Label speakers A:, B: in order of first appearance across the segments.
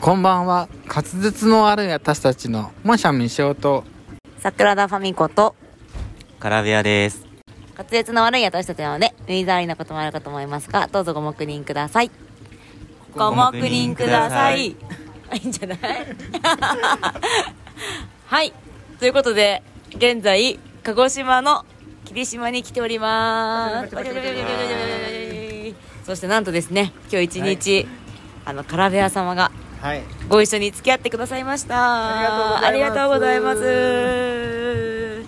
A: こんばんは滑舌の悪い私たちのモンシャムにしようと
B: 桜田ファミコと
C: カラビアです。
B: 滑舌の悪い私たちなので耳障りなこともあるかと思いますがどうぞご黙認ください
C: ご黙認ください
B: いいんじゃない はいということで現在鹿児島の霧島に来ておりますそしてなんとですね今日一日、あのカラベア様が
A: はい
B: ご一緒に付き合ってくださいました
A: ありがとうございます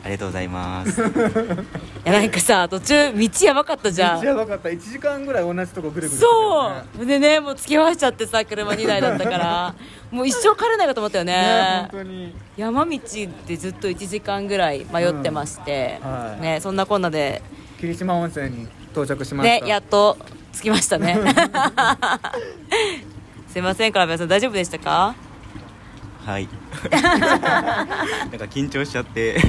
B: ありがとうございます
C: ありがとうございます。
B: いやなんかさ途中道やばかったじゃん
A: ばかった1時間ぐらい同じとこぐるぐる
B: そうでねもう付き合わしちゃってさ車2台だったから もう一生帰れないかと思ったよね
A: 本当に
B: 山道でずっと1時間ぐらい迷ってまして、
A: うんはい
B: ね、そんなこんなで、
A: 霧島温泉に到着しまし
B: ね
A: た、
B: やっと着きまし たね すいませんから皆さん大丈夫でしたか
C: はい。なんか緊張しちゃって。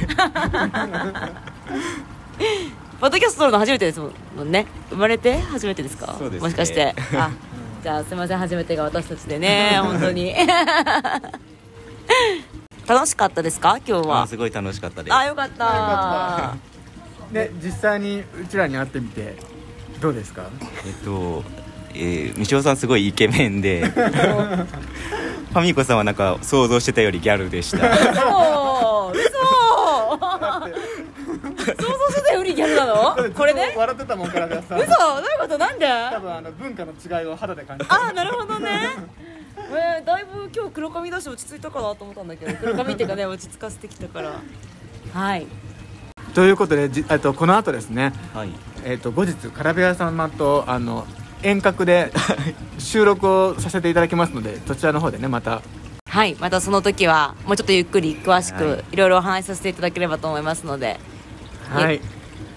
B: ポッドキャスト撮るの初めてですもんね生まれて初めてですか
C: そうですね
B: もしか してあじゃあすいません初めてが私たちでね本当に 楽しかったですか今日
C: まあ
B: は
C: すごい楽しかったです。
B: あよかった
A: かで実際にうちらに会ってみてどうですか
C: えっと、えー、みしおさんすごいイケメ ンで、ファミコさんはなんか想像してたよりギャル でした。
B: 嘘 嘘想像してたよりギャルなのこれね
A: 笑ってたもんからでさ
B: 嘘どういうことなんで
A: 多
B: あ
A: 分あの文化の違いを肌で感じた
B: あなるほどねえー、だいぶ今日黒髪だし落ち着いたかなと思ったんだけど黒髪っていうかね落ち着かせてきたからはい
A: ということでじえっとこの後ですね
C: はい。
A: えっと後日カラベア様とあの遠隔で 収録をさせていただきますのでそちらの方でねまた
B: はい、またその時はもうちょっとゆっくり詳し
C: は
B: くいろいろお話しさせていただければと思いますので、
A: はい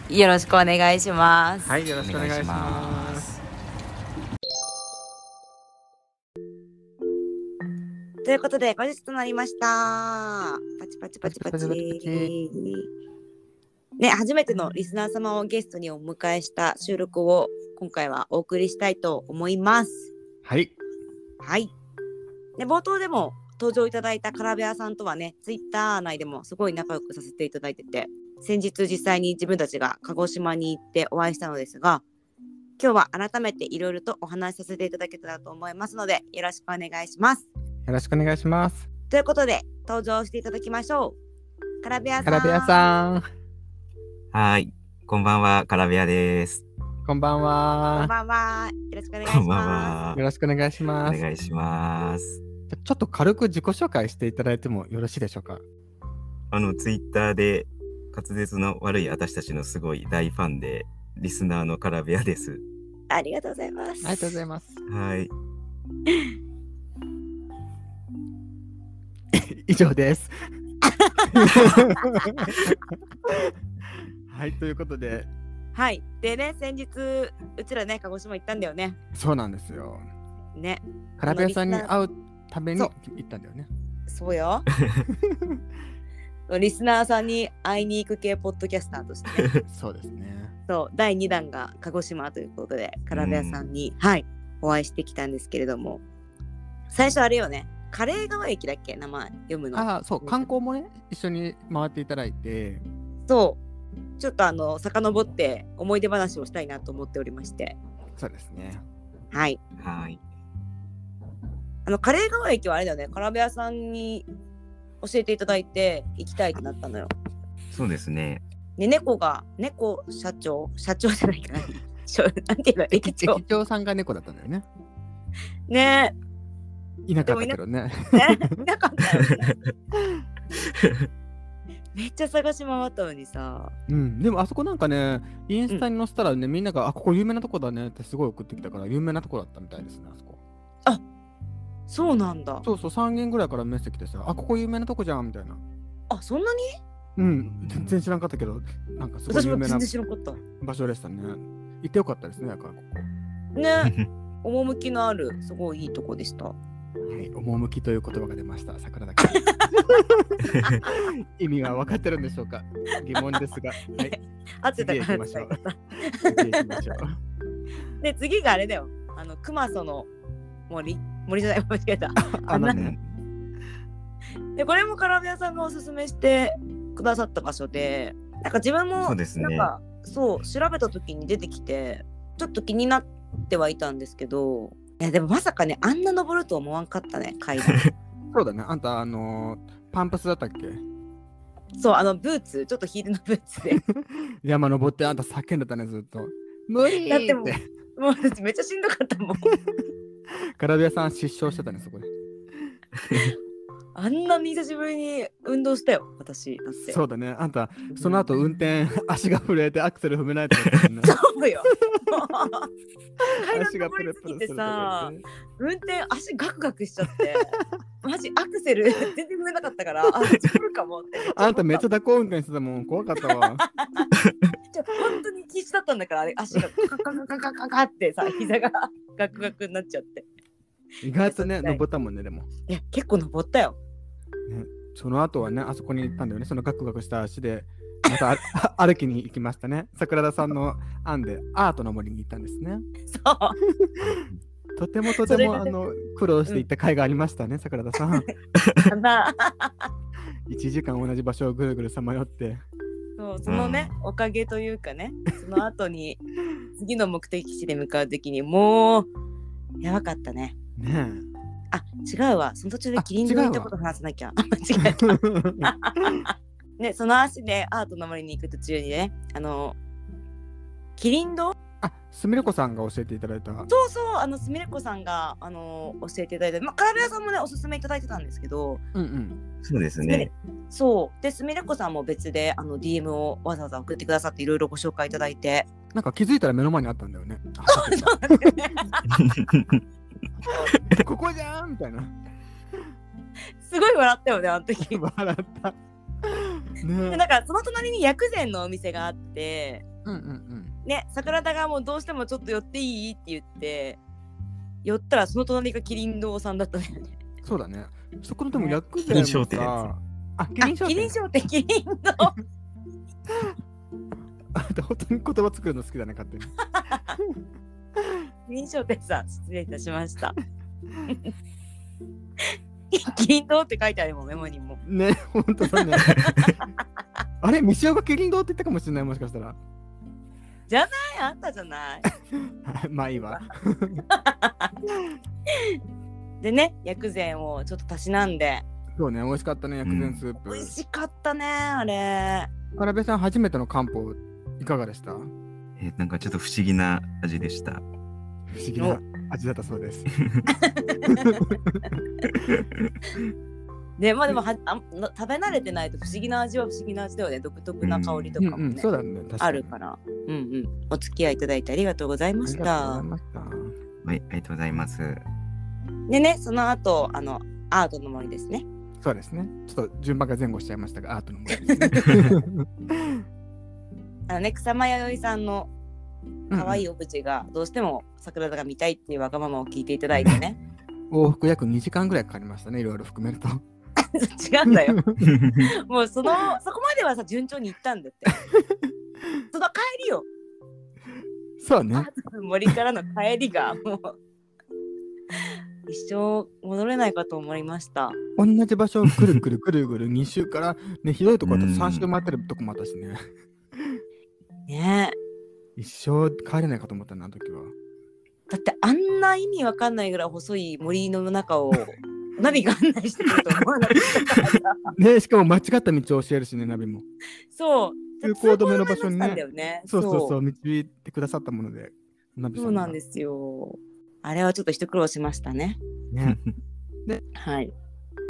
B: よろしくお願いします。
A: はいよろしくお願いします
B: ということで後日となりました。パチパチパチパチ
A: パチパチパチ
B: ね、初めてのリスナー様をゲストにお迎えした収録を今回はお送りしたいと思います。
A: はい
B: はい。で冒頭でも登場いただいたカラベアさんとはね、ツイッター内でもすごい仲良くさせていただいてて、先日実際に自分たちが鹿児島に行ってお会いしたのですが、今日は改めていろいろとお話しさせていただけたらと思いますので、よろしくお願いします。
A: よろしくお願いします
B: ということで、登場していただきましょう。カラベアさん。
A: カラベアさん
C: はい。こんばんは、カラビアです。
A: こんばん
B: こん
A: は
B: ばんは。よろしくお願いし
C: こんば
B: ます。
C: んは
A: よ。ろしくお願いし
C: お
A: ます
C: 願いします。
A: ちょっと軽く自己紹介していただいてもよろしいでしょうか
C: あの、ツイッターで滑舌の悪い私たちのすごい大ファンで、リスナーのカラビアです。
B: ありがとうございます。
A: ありがとうございます
C: はい。
A: 以上です はいということで
B: はい。でね、先日、うちらね、鹿児島行ったんだよね。
A: そうなんですよ
B: ね。
A: カラベアさんに会うために
B: そう
A: 行ったんだよ ね
B: そうよ。リスナーさんに会いに行く系ポッドキャスターと して、ね、
A: そうですね
B: そう第2弾が鹿児島ということでカラベアさんに、はいお会いしてきたんですけれども最初あれよねカレー川駅だっけ名前読むの
A: ああそう観光もね一緒に回っていただいて
B: そうちょっとあの遡って思い出話をしたいなと思っておりまして
A: そうですね
B: はい
C: はい。
B: あのカレー川駅はあれだよねカラベアさんに教えていただいて行きたいってなったのよ
C: そうで すね。
B: で猫が猫社長社長じゃないかな しょなんていうの駅長
A: 駅長さんが猫だったんだよね
B: ね
A: いなかったけどね
B: え、ね、いなかったよね。めっちゃ探し回ったのにさ。
A: うん、でもあそこなんかね、インスタに載せたらね、みんなが、あ、ここ有名なとこだねってすごい送ってきたから、有名なとこだったみたいですね、あそこ。
B: そうなんだ。
A: そうそう、3軒ぐらいからメッセージ来てさ、あ、ここ有名なとこじゃんみたいな。
B: あ、そんなに
A: うん、全然知らんかったけど、なんかすごい
B: 私
A: 有
B: も
A: 名な
B: 全然知らなかった。
A: 場所でしたね。行ってよかったですね、だからこ
B: ね。趣のある、すごいいいとこでした。
A: こ。はい、趣という言葉が出ました、桜だけ。 意味は分かってるんでしょうか疑問です が。はい、
B: 合ってたから
A: 次へ行き次行きましょう。
B: で、次があれだよ。あの、熊その森森じゃない 間違えた
A: あ
B: 穴
A: な
C: うんん
B: でこれもカラビアさんがおすすめしてくださった場所でなんか自分も
C: そうですね
B: なんかそう調べた時に出てきてちょっと気になってはいたんですけどいやでもまさかねあんな登るとは思わんかったね 階段
A: そうだねあんたあのパンプスだったっけ
B: そうあのブーツちょっとヒールのブー ツで
A: 山登ってあんた叫んでたねずっと無理
B: だってもう
A: って
B: もう私めっちゃしんどかったもん
A: カラビアさん失笑してたねそこで
B: あんなに久しぶりに運動したよ私だって
A: そうだねあんたその後運転 足が震えてアクセル踏めないと思ったもんね
B: そうよ階段
A: 足が
B: 登
A: プ
B: り
A: ル
B: す
A: プル
B: ぎ
A: す
B: て
A: ると
B: さ
A: か言って
B: 運転足ガクガクしちゃってマジアクセル全然踏めなかったからあ作るかもって
A: あんためっちゃ蛇行運転してたもん怖かった わ
B: ちょ本当に必死だったんだからあれ足がカカカカカカカってさ膝がガクガクになっちゃって
A: 意外とね登ったもんねでも
B: いや結構登ったよ
A: その後はねあそこに行ったんだよねそのガクガクした足でまたあ 歩きに行きましたね桜田さんの案でアートの森に行ったんですね
B: そう
A: とてもと
B: そ
A: て
B: れ
A: も
B: が
A: あの苦労していった甲斐がありましたね、桜田さ ん。
B: ただ
A: 1時間同じ場所をぐるぐるさまよって。
B: そうそのね、おかげというかねその後に次の目的地で向かう時にもうやばかったね
A: ね
B: あ違うわその途中でキリンの
A: あ違うわ
B: 言ったこと話さなきゃ間違えた
A: え。
B: ね、その足でアートの森に行く途中にね、あの、キリンド
A: あすみれこさんが教えていただいた。
B: そうそう、あの、すみれこさんが、あの、教えていただいて、まあ、カラベラさんもね、おすすめいただいてたんですけど、
A: うんうん。
C: そうですね。
B: そう、で、すみれこさんも別で、あの、DM をわざわざ送ってくださって、いろいろご紹介いただいて、
A: なんか気づいたら目の前にあったんだよね。あ
B: そうなんですよね
A: ここじゃんみた いな。
B: すごい笑ったよね、あの 時。
A: 笑った。
B: で、
A: ね
B: なんか、その隣に薬膳のお店があって、
A: うんうんうん。
B: ね、桜田がもうどうしてもちょっと寄っていいって言って、寄ったらその隣がキリン堂さんだったんだよね。
A: そうだね。そこのでも
B: ね
A: 薬
C: キ
A: 膳
C: リン商
A: も
C: 店
A: さ。あ、キ
B: あ
A: リン商
B: キリン
A: 店。
B: 商店、キリン堂。
A: あんた本当に言葉作るの好きだね、勝手に。
B: 臨床店さん失礼いたしました キリンドって書いてあるもんメモにも
A: ね、本当だ ね。あれ、ミシオがキリン堂って言ったかもしれない、もしかしたら。
B: はいあったじゃない
A: まあいいわ。
B: でね薬膳をちょっとたしなんで
A: そうね、美味しかったね、薬膳スープ
B: 美。味しかったねあれ
A: カラベさん、初めての漢方、いかがでした不
C: えーなんかちょっと不思議な味でした。
A: 思議な味だったそうです。
B: でまあでもはあの食べ慣れてないと不思議な味は不思議な味だよね独特な香りと
A: うん
B: かもね、
A: うん、そうだね、確かに。
B: あるからうんうんお付き合いいただいてありがとうございま
A: あり
B: し
A: がとうござ
B: た
A: いました。
C: はい、ありがとうございます。
B: でねその後あのアートの森ですね
A: そうですね。ちょっと順番が前後しちゃいましたが、アートの森ですね。
B: あのね草間彌生さんの可愛い
A: い。
B: オブジェがどうしても桜田が見たいっていうわがままを聞いていただいてね
A: 往復約2時間ぐらいかかりましたね、いろいろ含めると。
B: 違うん だよもうそのそこまではさ順調に行ったんだって その帰りよ
A: そう
B: あ
A: ね。
B: 森からの帰りがもう一生戻れないかと思いました
A: 同じ場所をぐるぐるぐるぐる2周から、ね、ひどいとこだと3周回ってるとこもあったしね。
B: ねえ
A: 一生帰れないかと思ったな、あの時は。
B: だってあんな意味わかんないぐらい細い森の中 をナビが案内してくると思わなかったから
A: ねしかも間違った道を教えるしね、ナビも。
B: そう
A: 通行止めの場所にね
B: 通行止めになってたんだよね
A: そうそうそう、導いてくださったもので、ナビさん
B: そうなんですよあれはちょっと一苦労しましたね
A: す。ね、
B: はい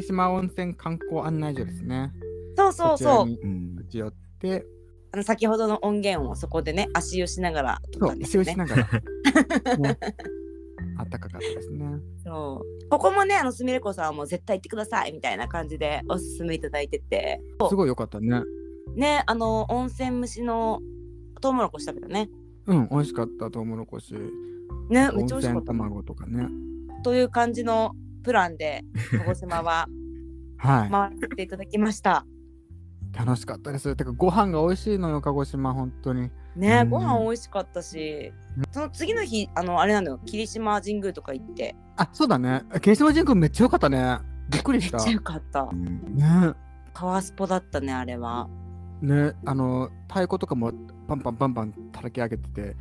A: 島温泉観光案内所ですね。
B: そうそうそう
A: う。
C: うん
A: 立ち寄って、
B: あの先ほどの音源をそこでね足湯しながら撮
A: そ
B: った
A: う、
B: んです
A: 一
B: よ
A: 応し
B: ね。
A: なが ら。ね、あったかかったですね。
B: そうここもねあのすみれこさんはもう絶対行ってくださいみたいな感じでおすすめいただいてて
A: すごい良かったね。
B: ねあの温泉虫のトウモロコシ食べたね。
A: うん、美味しかった、トウモロコシ。
B: ねめ
A: 温
B: っちゃ美味しか
A: 泉
B: ったな。
A: 卵とかね。
B: という感じのプランで鹿児 島は
A: はい、
B: 回っていただきました。
A: 楽しかったです。てか、ご飯が美味しいのよ、鹿児島、本当に。
B: ね
A: うん
B: ご飯美味しかったしその次の日あのあれなのよ霧島神宮とか行って
A: あ、そうだね。霧島神宮めっちゃ良かったね。びっくり
B: めっ
A: し
B: ち
A: た。
B: ゃよかった
A: ね。
B: パワースポだったねあれは
A: ね、あの、太鼓とかもパンパンパンパン叩き上げてて、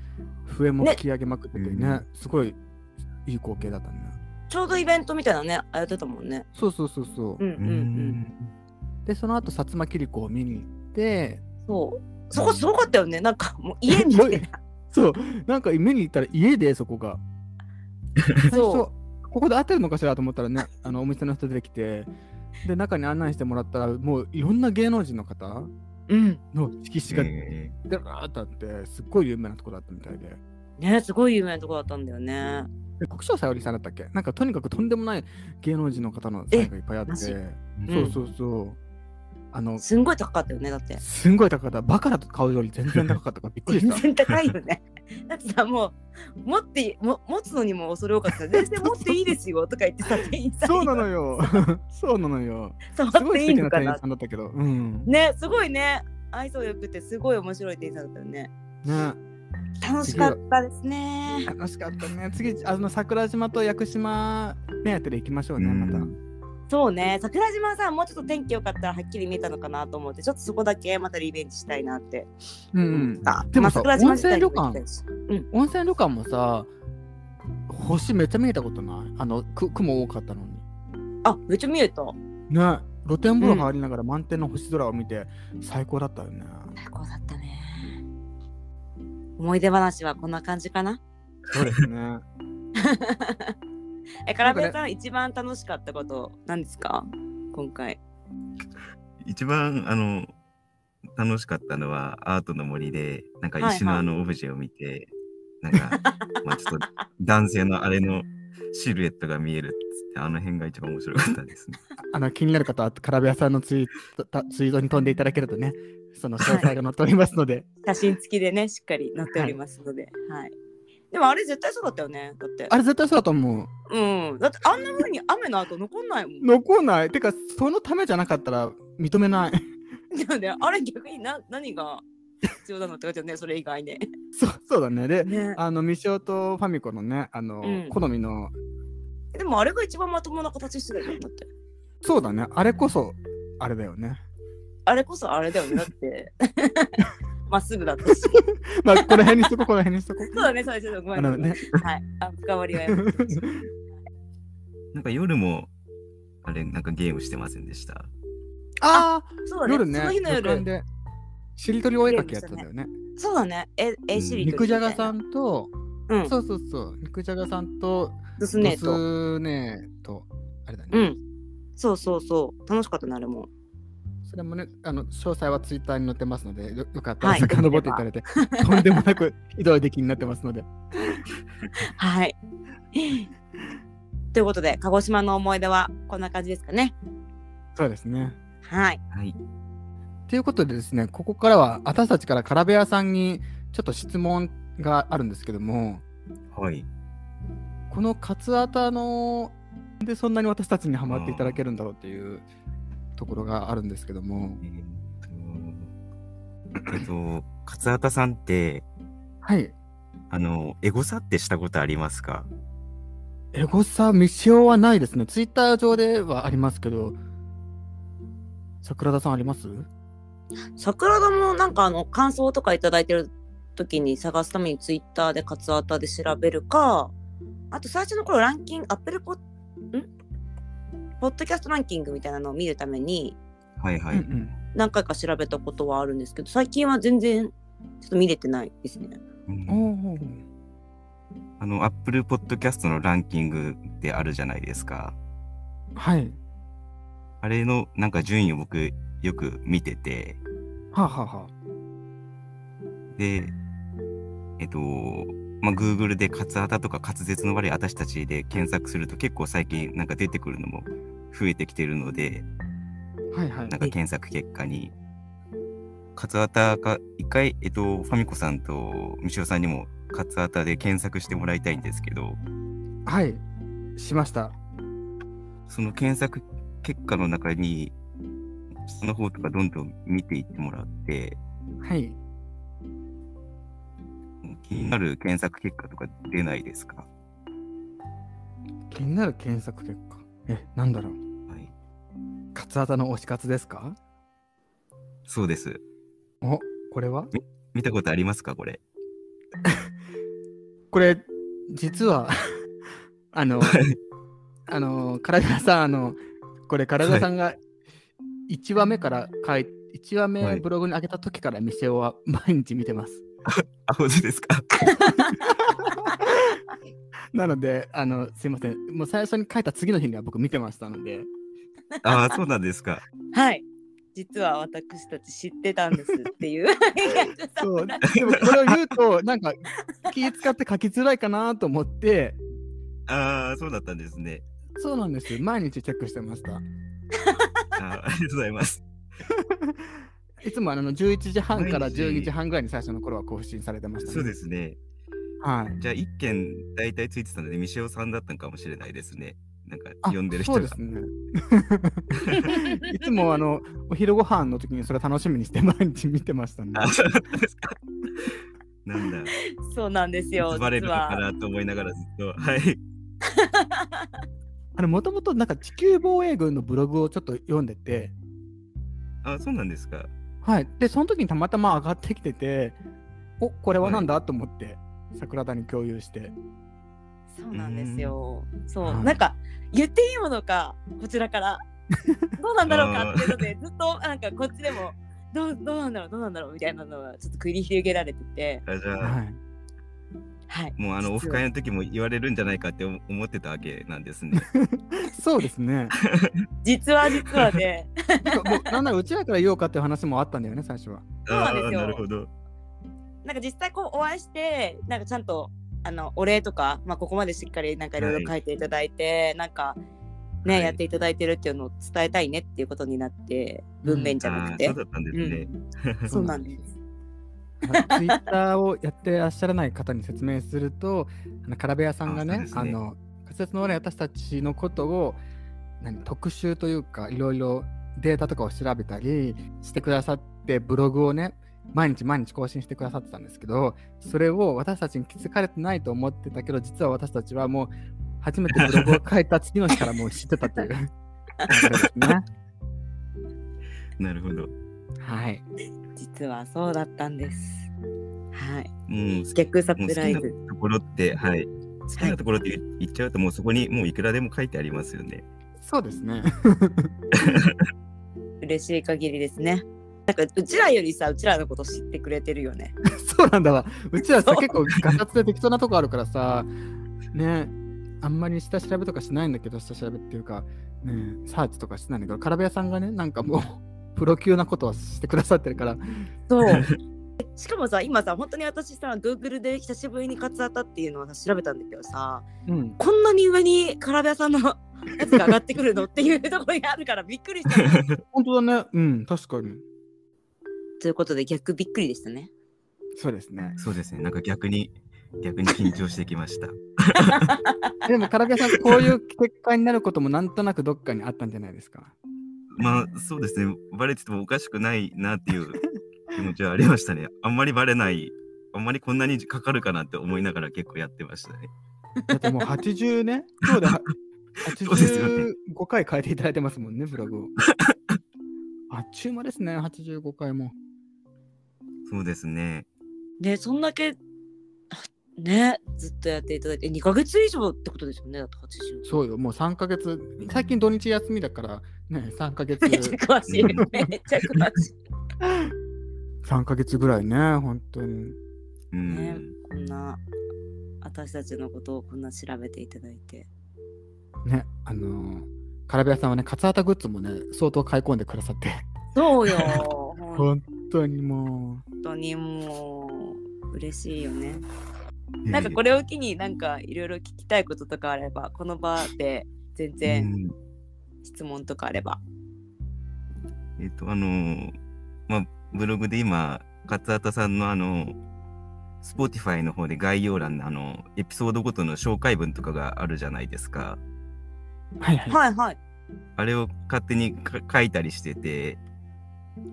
A: 笛も
B: ね
A: 吹き上げまくっててね、
C: うん
A: すごいいい光景だったね。
B: ちょうどイベントみたいなのねあやってたもんね
A: そうそうそうそうう。
B: んうんうん
A: で、その後、薩摩切子を見に行って、
B: そうそこすごかったよねなんかもう家に来てた
A: そう、なんか見に行ったら家で、そこが。 最初
B: そ
A: ここで合ってるのかしらと思ったらね、あのお店の人出てきて、で、中に案内してもらったら、もういろんな芸能人の方
B: ううん
A: の色紙がだらーっとあって、すっごい有名なとこだったみたいで。
B: ねすごい有名なとこだったんだよね
A: え国生さゆりさんだったっけなんかとにかくとんでもない芸能人の方のサインがいっぱいあって、
B: マジ
A: そうそうそう。あの、
B: すんごい高かったよねだって
A: すんごい高かった。バカだと買うより全然高かった からびっくり
B: 全
A: した。
B: 然高いよね だってさもう持っても持つのにも恐れ多か った全然持っていいですよとか言ってさ店員さんに
A: そうなのよ。 そうなのよ。
B: 触
A: す
B: っ
A: ごい
B: て
A: 素
B: いい
A: 敵
B: の
A: な
B: か
A: 店員
B: な
A: さんだったけど。うん。ね。
B: ねすごいね愛想よくてすごい面白い店員さんだったよね楽しかったですね
A: 楽しかったね。次、あの桜島と屋久島目当てで行きましょうね、また。
B: そうね桜島さんもうちょっと天気良かったらはっきり見えたのかなと思ってちょっとそこだけまたリベンジしたいなって
A: う
B: 思っ
A: ん。
B: た、
A: でもさ
B: まあ桜島
A: 温
B: 自体
A: 泉
B: に
A: 旅
B: も行き
A: 館
B: たいし
A: 温泉旅館もさ、星めっちゃ見えたことないあの、く雲多かったのに。
B: あめっちゃ見えた
A: ね露天風呂入りながら満天の星空を見て最高だったよね、
B: 最高だったね思い出話はこんな感じかな
A: そうですね
B: え、カラベさん、一番楽しかったこと、なんですか今回。
C: 一番あの楽しかったのはアートの森でなんか石の
B: はい
C: あのオブジェを見て、な んかまあちょっと男性のあれのシルエットが見えるっつってあの辺が一番面白かったですね。
A: あの気になる方はカラベ屋さんのツイートたツイートに飛んでいただけるとねその詳細が載っておりますので、
B: 写真付きでね、しっかり載っておりますので。はい。でもあれ絶対そうだったよね。だって。
A: あれ絶対そうだと思う
B: うん。だってあんな風に雨の後残んないもん。
A: 残んないてかそのためじゃなかったら認めない
B: だよね。あれ逆にな何が必要なのって感じよね、それ以外で。
A: そうそうだねで
B: ね。
A: あのミシオとファミコのねあの、
B: うん
A: 好みの
B: でもあれが一番まともな形してたじゃん。だって。
A: そうだねあれこそあれだよね
B: あれこそあれだよね。だって。まっすぐだったし。そ
A: まあこの辺にしとここの辺にしとこ
B: うだね、最初のごめ
A: あ
B: んな
A: の
B: さい。
A: ね
B: はい。あ、深わりはやめてほしい
C: なんか夜もあれなんかゲームしてませんでした。
A: あ
B: そう
A: あ
B: だ
A: 夜
B: ね。
A: ね
B: その日の
A: 旅館
B: 夜。
A: でしりとりお絵かきやったんだよね
B: そうだね。え、え、シリ
A: 肉じゃがさんと、
B: うん
A: そうそうそう、肉じゃがさんと、
B: ドスネー
A: ド
B: と。
A: スネーと、あれだね、
B: うん。そうそうそう。楽しかったな、あれも。
A: それもね、あの詳細はツイッターに載ってますので、よよかったら
B: はい
A: 遡っていただい て、とんでもなくひどい出来になってますので、
B: はい。ということで、鹿児島の思い出はこんな感じですかね。
A: そうですね。
B: はい。
C: はい。
A: ということでですね、ここからは私たちからカラベ屋さんにちょっと質問があるんですけども、
C: はい。
A: このカツアタの、なんでそんなに私たちにはまっていただけるんだろうっていうところがあるんですけども、
C: えーっと、えっと、勝畑さんって
A: はい、
C: あのエゴサってしたことありますか
A: エゴサ未使用はないですね。ツイッター上ではありますけど、桜田さんあります
B: 桜田もなんかあの、感想とかいただいてる時に探すためにツイッターでカツアタで調べるか、あと最初の頃ランキング、アップルポッ、んポッドキャストランキングみたいなのを見るために
C: はいは
A: う
C: い。
A: んうん。
B: 何回か調べたことはあるんですけど、最近は全然ちょっと見れてないですね。
C: うん
A: おー
C: あの、アップルポッドキャストのランキングってあるじゃないですか。
A: はい。
C: あれのなんか順位を僕よく見てて、
A: はあ、はあは
C: で、えっと、まあ、Google で滑肌とか滑舌の悪い私たちで検索すると結構最近なんか出てくるのも増えてきてるので、
A: あ、はいはい
C: なん。か検索結果に、滑肌か、一回、えっと、ファミコさんとみしおさんにも滑肌で検索してもらいたいんですけど、
A: はい。しました。
C: その検索結果の中に、その方とかどんどん見ていってもらって、
A: はい。
C: 気になる検索結果とか出ないですか、
A: 気になる検索結果。え、なんだろう。
C: はい、
A: カツアタの推し活ですか
C: そうです。
A: お、これは
C: 見たことありますかこれ。
A: これ、実は、 あの、あの、唐沢さん、あの、これ、唐沢さんが1話目から書い1話
C: は
A: 目
C: い
A: ブログに上げた時から店をは毎日見てます。
C: あ、本当ですか
A: なので、あの、すいません。もう最初に書いた次の日には僕見てましたので、
C: ああ、そうなんですか。
B: はい。実は私たち知ってたんですって いう。
A: そう でもこれを言うと、なんか気使って書きづらいかなと思って、
C: ああ、そうだったんですね。
A: そうなんですよ。毎日チェックしてました。
C: あーありがとうございます。
A: いつもあの11時半から
C: 毎日
A: 12時半ぐらいに最初の頃は更新されてました、
C: そうですね。
A: はい。
C: じゃあ、一件大体ついてたので、ミシオさんだったのかもしれないですね。なんか、
A: あ
C: 呼んでる人
A: そ
C: が。
A: うですね。いつもあのお昼ご飯の時にそれ楽しみにして毎日見てましたね。
C: あそうだったんですか。 なんだ、
B: そうなんですよ。
C: バレる
B: 実
C: のか
B: は。
C: なと思いながらずっと。はい。
A: あれもともとなんか地球防衛軍のブログをちょっと読んでて、
C: あそうなんですか。
A: はい。で、その時にたまたま上がってきてて、おこれはなんだ、と思って桜田に共有して。
B: そうなんですよ。そう、
A: はい
B: なんか言っていいものかこちら から。どうなんだろうか
C: あー
B: っていうのでずっとなんかこっちでもどうどうなんだろうどうなんだろうみたいなのがちょっと繰り広げられてて。
C: あじゃあ、
A: はい。
B: はい。
C: もうあのオフ
B: 実は
C: 会の時も言われるんじゃないかって思思ってたわけなんです ね。
A: そうですね。
B: 実は実はで、
A: なんかもうなんならうちらから言おうかっていう話もあったんだよね、最初は。
B: そうなんですよ
C: あーなるほど。
B: なんか実際こうお会いしてなんかちゃんとあのお礼とか、まあ、ここまでしっかりなんかいろいろ書いていただいて、なんかね、
C: はい
B: やっていただいてるっていうのを伝えたいねっていうことになって
A: うん
B: 文面じゃな
C: あ
B: く
C: ー
B: て、
C: そうだったんですね。
B: そうなんです。
A: ツイッターをやってらっしゃらない方に説明すると、あのカラベ屋さんが
C: あそう
A: ね
C: で、すね
A: あの仮説の俺私たちのことを何特集というか、いろいろデータとかを調べたりしてくださって、ブログをね、毎日毎日更新してくださってたんですけど、それを私たちに気づかれてないと思ってたけど、実は私たちはもう初めてブログを書いた次の日からもう知ってたという流れですね。
C: なるほど。
A: はい。
B: 実はそうだったんです。はい。
C: もう
B: 逆サ
C: もう
B: プ
C: 好
B: ラ
C: き
B: イ
C: な
B: ズ。
C: ところって、はい。好きなところって言っちゃうと、もうそこにもういくらでも書いてありますよね。
A: そうですね。
B: 嬉しい限りですね。なんかうちらよりさ、うちらのこと知ってくれてるよね。
A: そうなんだわ。うちらさ、
B: そう
A: 結構ガサツで適当なとこあるからさ、ね、あんまり下調べとかしないんだけど、下調べっていうか、ね、サーチとかしないんだけど、カラベ屋さんがね、なんかもう、 プロ級なことはしてくださってるから、
B: そう。 しかもさ、今さ、本当に私さ、Google で久しぶりにカツアタっていうのをさ調べたんだけどさ、
A: うん、
B: こんなに上にカラベ屋さんの やつが上がってくるのっていうところがあるからびっくりした。
A: 本当だね、うん、確かに。
B: ということで逆びっくりでしたね。
A: そうですね。
C: そうですね。なんか逆に、逆に緊張してきました。
A: でも、カラベ屋さん、こういう結果になることもなんとなくどっかにあったんじゃないですか。
C: まあ、そうですね。バレててもおかしくないなっていう気持ちはありましたね。 あんまりバレない、あんまりこんなにかかるかなって思いながら結構やってましたね。
A: だってもう80ね、今日では
C: そうですよね
A: 85回変えていただいてますもんね、ブログを。あっちゅう間ですね、85回も。
C: そうですね。
B: ね、そんだけ、ね、ずっとやっていただいて、2ヶ月以上ってことですよね、だって80。
A: そうよ、もう3ヶ月、最近土日休みだから、ね、3ヶ月
B: め、っ ちゃ詳しい。
C: うん
B: めっちゃ詳しい。
A: 3ヶ月ぐらいね、本当に。
C: うん。
B: ねこんな私たちのことをこんな調べていただいて。
A: ね、あのー、カラベ屋さんはね、カツアタグッズもね、相当買い込んでくださって、
B: そうよ。本
A: 本当にも
B: 当にもう嬉しいよね。
C: ええ
B: なんかこれを機になんかいろいろ聞きたいこととかあればこの場で全
C: う
B: 然
C: ん
B: 質問とかあれば。
C: えっ、と、あのーまあ、ブログで今、勝畑さんのあの、Spotify の方で概要欄のあの、エピソードごとの紹介文とかがあるじゃないですか。
A: う、はいはい。
B: はいはい
C: あれを勝手にか書いたりしてて、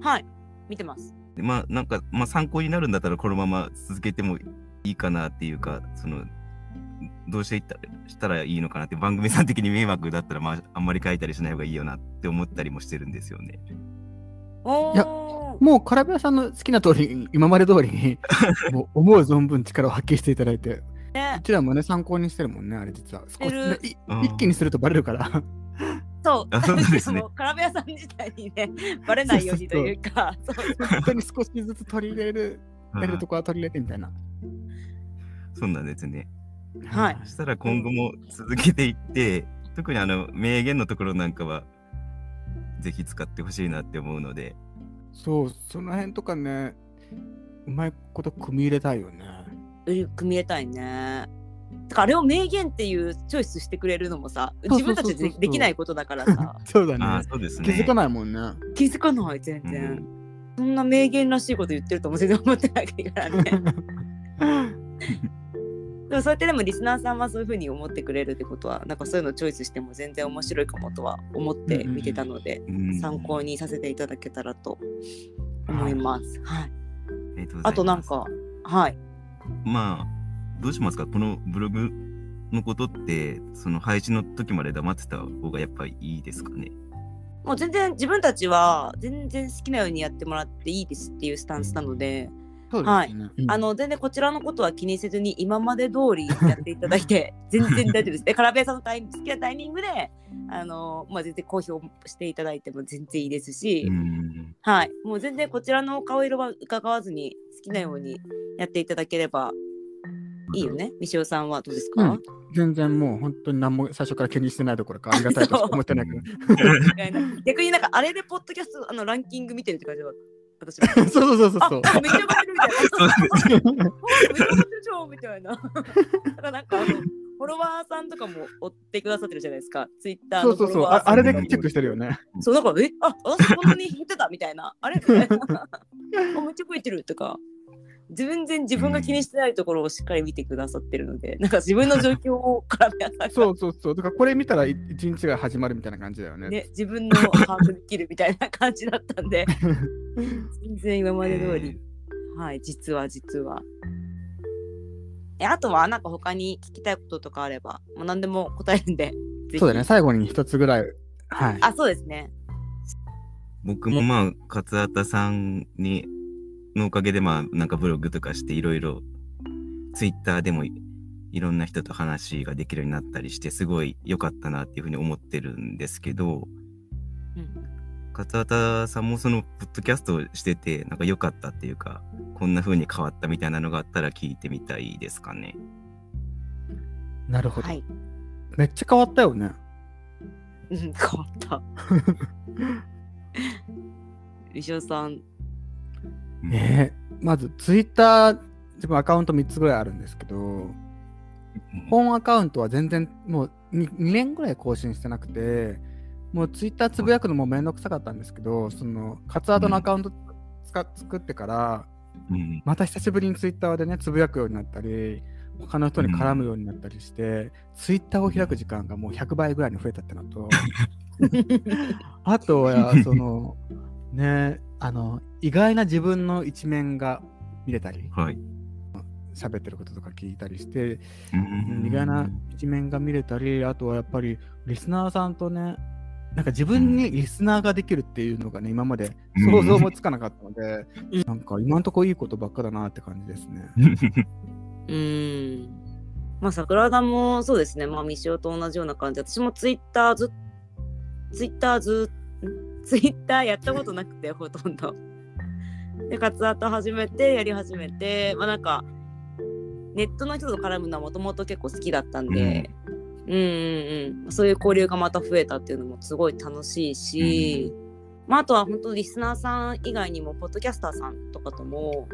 B: はい見てます。
C: でまあ、なんか、まあ、参考になるんだったらこのまま続けてもいいいかなっていうか、その、どうしていったしたらいいのかなって、番組さん的に迷惑だったら、まあ、あんまり書いたりしない方がいいよなって思ったりもしてるんですよね。
B: お
A: いや
B: お。
A: もう、カラベラさんの好きな通り、今まで通りに、もう思う存分力を発揮していただいて、
B: ね
A: う、ちらもね、参考にしてるもんね、あれ実は。少しね、い
C: うん
A: 一気にするとバレるから。
B: そう。
C: あそうなんですね
B: もうカラベ屋さん自体にね、 バレないようにというか、そう
A: 本当に少しずつ取り入れる、
C: うん
A: やれるとこは取り入れてみたいな。
C: そうなんですね。
B: はい
C: そしたら今後も続けていって、特にあの名言のところなんかは、ぜひ使ってほしいなって思うので、
A: そう、その辺とかね、うまいこと組み入れたいよね。
B: うん組み入れたいね。だからあれを名言っていうチョイスしてくれるのもさ、
A: そう
B: 自
A: そうそう
B: 分
A: そ
B: た
A: う
B: ちでできないことだからさ、
A: そうだ
C: ああ
A: ね。
C: そうです
A: 気
C: ね。
A: づかないも んね。
B: 気づかない、全
C: う
B: 然。
C: ん
B: そんな名言らしいこと言ってるとも全然思ってないからね。でもそうやってでもリスナーさんはそういうふうに思ってくれるってことはなんかそういうのチョイスしても全然面白いかもとは思って見てたので、
C: うん
B: 参考にさせていただけたらと思います。はい、
C: りがうございます
B: あとなんかはい
C: まあどうしますかこのブログのことってその配信の時まで黙ってた方がやっぱりいいですかね
B: もう全然自分たちは全然好きなようにやってもらっていいですっていうスタンスなので、
A: そうで
B: は
A: す
B: い
A: ね。
B: あの全然こちらのことは気にせずに今まで通りやっていただい て全然大丈夫です。でカラベさんのタイミング好きなタイミングであの、まあ、全然公表していただいても全然いいですし。
C: うん
B: はい、もう全然こちらのお顔色は伺わずに好きなようにやっていただければいいよね。みしおさんはどうですか、
A: うん全然もう本当に何も最初から気にしてないどころかありがたい としか思ってないけ
B: 間違いない逆になんかあれでポッドキャストあのランキング見てるって感じは私は。
A: ど そうそうそう
B: あ
A: そう
B: あめっちゃバレるみたい な。
C: そうですね
B: めっちゃバレるじゃんみたいな。だからなん かあのフォロワーさんとかも追ってくださってるじゃないですか。ツイッター
A: そ
B: の
A: う
B: フ
A: そ
B: ォ
A: う
B: ロ
A: そう
B: ワー
A: あ
B: さ
A: あ
B: ん
A: れ
B: と
A: で
B: かも
A: チェックしてるよね
B: そうだからえあ私こんなに減ってたみたい なあれみたいなあめっちゃ増えてるとか全然自分が気にしてないところをしっかり見てくださってるので、なんか自分の状況を絡め合わ
A: そうそうそうだからこれ見たらい一日が始まるみたいな感じだよ ね
B: せて自分の把握できるみたいな感じだったんで全然今まで通り、はい実は実はえあとはなんか他に聞きたいこととかあればもう何でも答えるんでぜひ
A: そうだね最後に一つぐらいはい
B: あそうですね
C: 僕もまあ勝畑さんにのおかげでまあなんかブログとかしていろいろツイッターでもいいろんな人と話ができるようになったりしてすごい良かったなっていうふうに思ってるんですけど、
B: うん
C: 勝畑さんもそのポッドキャストをしててなんか良かったっていうかこんな風に変わったみたいなのがあったら聞いてみたいですかね。
A: なるほど
B: はい、
A: めっちゃ変わったよね
B: うん、変わった。石尾さ ん、
A: ねえまずツイッター自分アカウント3つぐらいあるんですけど
C: うん
A: 本アカウントは全然もう 2, 2年ぐらい更新してなくてもうツイッターつぶやくのもめんどくさかったんですけどそのカツアドのアカウントつか作ってから
C: うん
A: また久しぶりにツイッターでねつぶやくようになったり他の人に絡むようになったりして、ツイッターを開く時間がもう100倍ぐらいに増えたってのとあとはそのねあの意外な自分の一面が見れたり
C: はい。
A: 喋ってることとか聞いたりして
C: うん
A: 意外な一面が見れたり、あとはやっぱりリスナーさんとね、なんか自分にリスナーができるっていうのがね、今まで想像もつかなかったので、なんか今んとこいいことばっかだなって感じですね。
B: うーん。まあ、桜田もそうですね。まあ、みしおと同じような感じ。私もツイッターず、ツイッターず、んツイッターやったことなくて、ほとんど。で、活動と始めて、やり始めて、まあ、なんか、ネットの人と絡むのはもともと結構好きだったんで、うん、うんうんうんそういう交流がまた増えたっていうのもすごい楽しいし、まあ、あとは本当リスナーさん以外にも、ポッドキャスターさんとかとも、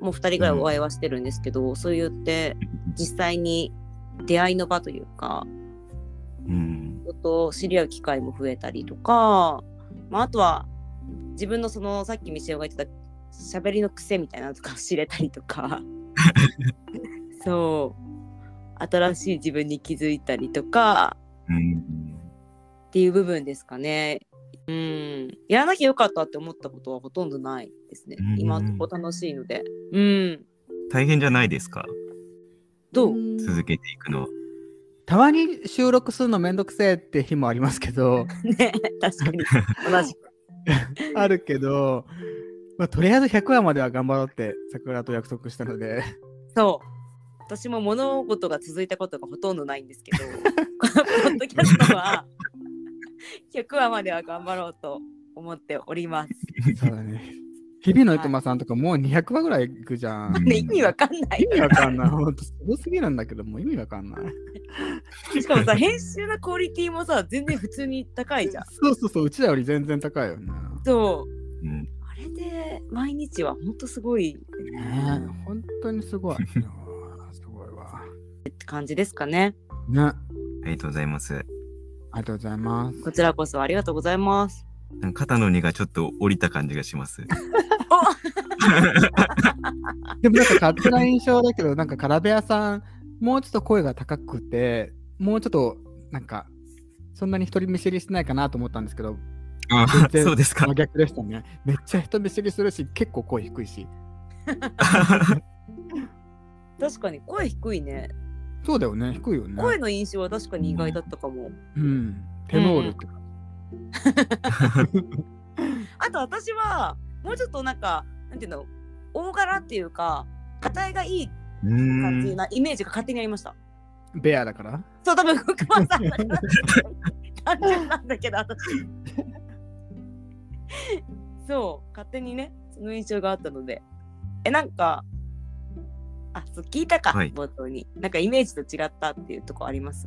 B: もう2人ぐらいお会いはしてるんですけど、そう言って実際に出会いの場というか
C: うん
B: 人と知り合う機会も増えたりとか、まあ、あとは自分のそのさっきミシェルが言ってた喋りの癖みたいなのとかを 知れたりと かそう新しい自分に気づいたりとか
C: うん
B: っていう部分ですかね。うん、やらなきゃよかったって思ったことはほとんどないですね
C: うん。
B: 今のとこ楽しいので。うん、
C: 大変じゃないですか。
B: どう、
A: ん
C: 続けていくのは。
A: たまに収録するのめんどくせえって日もありますけど
B: ね確かに同じ
A: あるけど、まあ、とりあえず100話までは頑張ろうって桜と約束したの で
B: そう私も物事が続いたことがほとんどないんですけどポッドキャストは100話までは頑張ろうと思っております。
A: そうだね日々の生駒さんとかもう200話ぐらいいくじゃん
C: うん
B: ね、意味わかんない
A: 意味わかんないほんとすごすぎるんだけどもう意味わかんない
B: しかもさ編集のクオリティもさ全然普通に高いじゃん。
A: そうそうそううちらより全然高いよね
B: そう
C: うん
B: あれで毎日はほんとすごい
A: ねえ本当にすごいいやーすごいわ
B: って感じですかね。
A: ねあ
C: ありがとうございます。
A: りがとうございます
B: こちらこそありがとうございます。
C: なんか肩の荷がちょっと降りた感じが します。
A: でもなんか勝手な印象だけど、なんかカラベアさん、もうちょっと声が高くて、もうちょっとなんか、そんなに人見知りしてないかなと思ったんですけど、
C: あ
A: 全然
C: そうです か
A: 真。逆でしたね。めっちゃ人見知りするし、結構声低いし。
B: 確かに声低いね。
A: そうだよね、低いよね。
B: 声の印象は確かに意外だったかも。
A: うん。テノールって感
B: あと私はもうちょっとなんかなんていうの大柄っていうか硬いがいいう
C: ー
B: 感じ
C: ん。
B: なイメージが勝手にありました。
A: じ。ベアだから。
B: そう多分 福間さんだから単純なんだけど私。そう勝手にねその印象があったのでえなんかあそう聞いたか、
C: はい
B: 冒頭になんかイメージと違ったっていうとこあります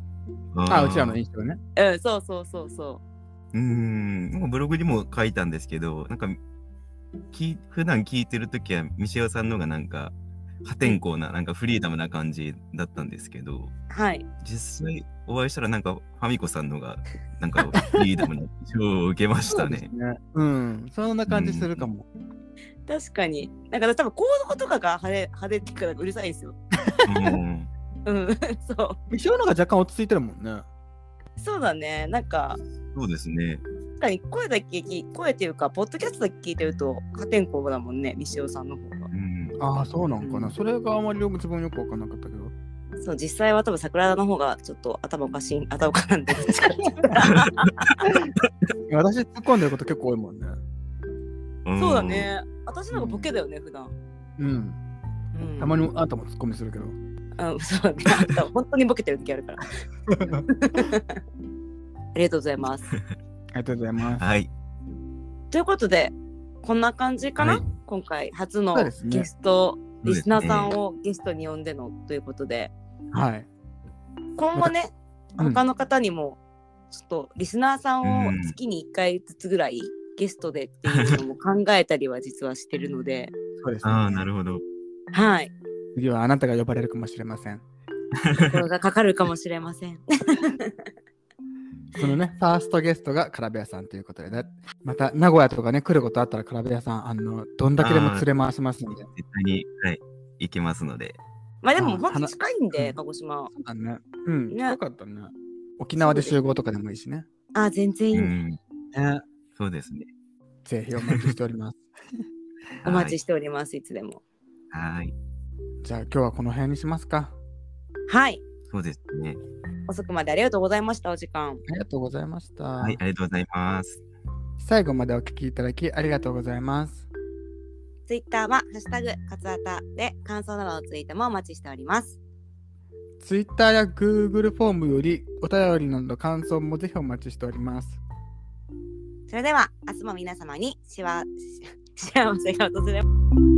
A: あ、うちらの
C: う
A: 印象ね。
B: うんそうそうそうそ
C: ーん。なんかブログにも書いたんですけど、なんか、き普段聞いてるときは、ミシェオさんの方がなんか、破天荒な、なんかフリーダムな感じだったんですけど、
B: うはい
C: 実際お会いしたらなんか、ファミコさんの方が、なんか、フリーダムな印象を受けました
A: そう
C: ね
A: で。すね。うん。そんな感じするかも。
B: 確かになんか多分行動とかが派手派手っていうかなんかうるさいですよ
C: うん
B: うん そう
A: 後ろの方が若干落ち着いてるもんね。
B: そうだねなんか
C: そうですね。
B: 確かに声だけ聞い声っていうかポッドキャストだけ聞いてると破天荒だもんね西尾さんの方が
C: うん。
A: ああ、そうなんかな。
B: うん
A: それがあまりよく自分よくわかんなかったけど。
B: そう実際は多分桜田の方がちょっと頭おかしい頭おかなんで
A: 私突っ込んでること結構多いもんね。
C: ん
B: そうだ。ね私の方がボケだよね、普段、
A: うん。
B: うん、
A: たまにあんたもツッコミするけど。
B: うんそう ねあんた本当にボケてる時あるから ありがとうございます
A: ありがとうございます。
C: はい。
B: ということでこんな感じかな、
C: はい
B: 今回初の
A: そうですね
B: ゲスト、
C: そう
B: リ
C: です
B: ス
C: ね
B: ナーさんをゲストに呼んでのということで
A: はい。
B: 今後ね、
A: またうん
B: 他の方にもちょっとリスナーさんを
C: うん
B: 月に1回ずつぐらいゲストでっていうのも考えたりは実はしてるの で
A: そうです、
C: ああ、
A: ね。
C: なるほど。
B: はい
A: 次はあなたが呼ばれるかもしれません。
B: 心がかかるかもしれません
A: そのね、ファーストゲストがカラベアさんということで、ね、また名古屋とかね、来ることあったらカラベアさん、あの、どんだけでも連れ回しますんで。
C: 絶対に、はい、行けますので。
B: まあで
A: あ
B: も
A: ー
B: 本当近いん
A: う
B: で
A: ん
B: 鹿児島
A: そうだね。うん、
B: ね
A: よかったね。沖縄で集合とかでもいいしね。
B: あー全然いい、
C: うん、
A: ね
C: そうですね。
A: ぜひお待ちしております。
B: お待ちしておりますいつでも
C: はい。はい
A: じゃあ今日はこの辺にしますか。
B: はい
C: そうですね。
B: 遅くまでありがとうございましたお時間
A: ありがとうございました。
C: はい、ありがとうございます。
A: 最後までお聞きいただきありがとうございます。
B: ツイッターはハッシュタグカツアタで感想などのツイートもお待ちしております
A: Twitter や Google フォームよりお便りなどの感想もぜひお待ちしております。
B: それでは明日も皆様にしわ幸せが訪れます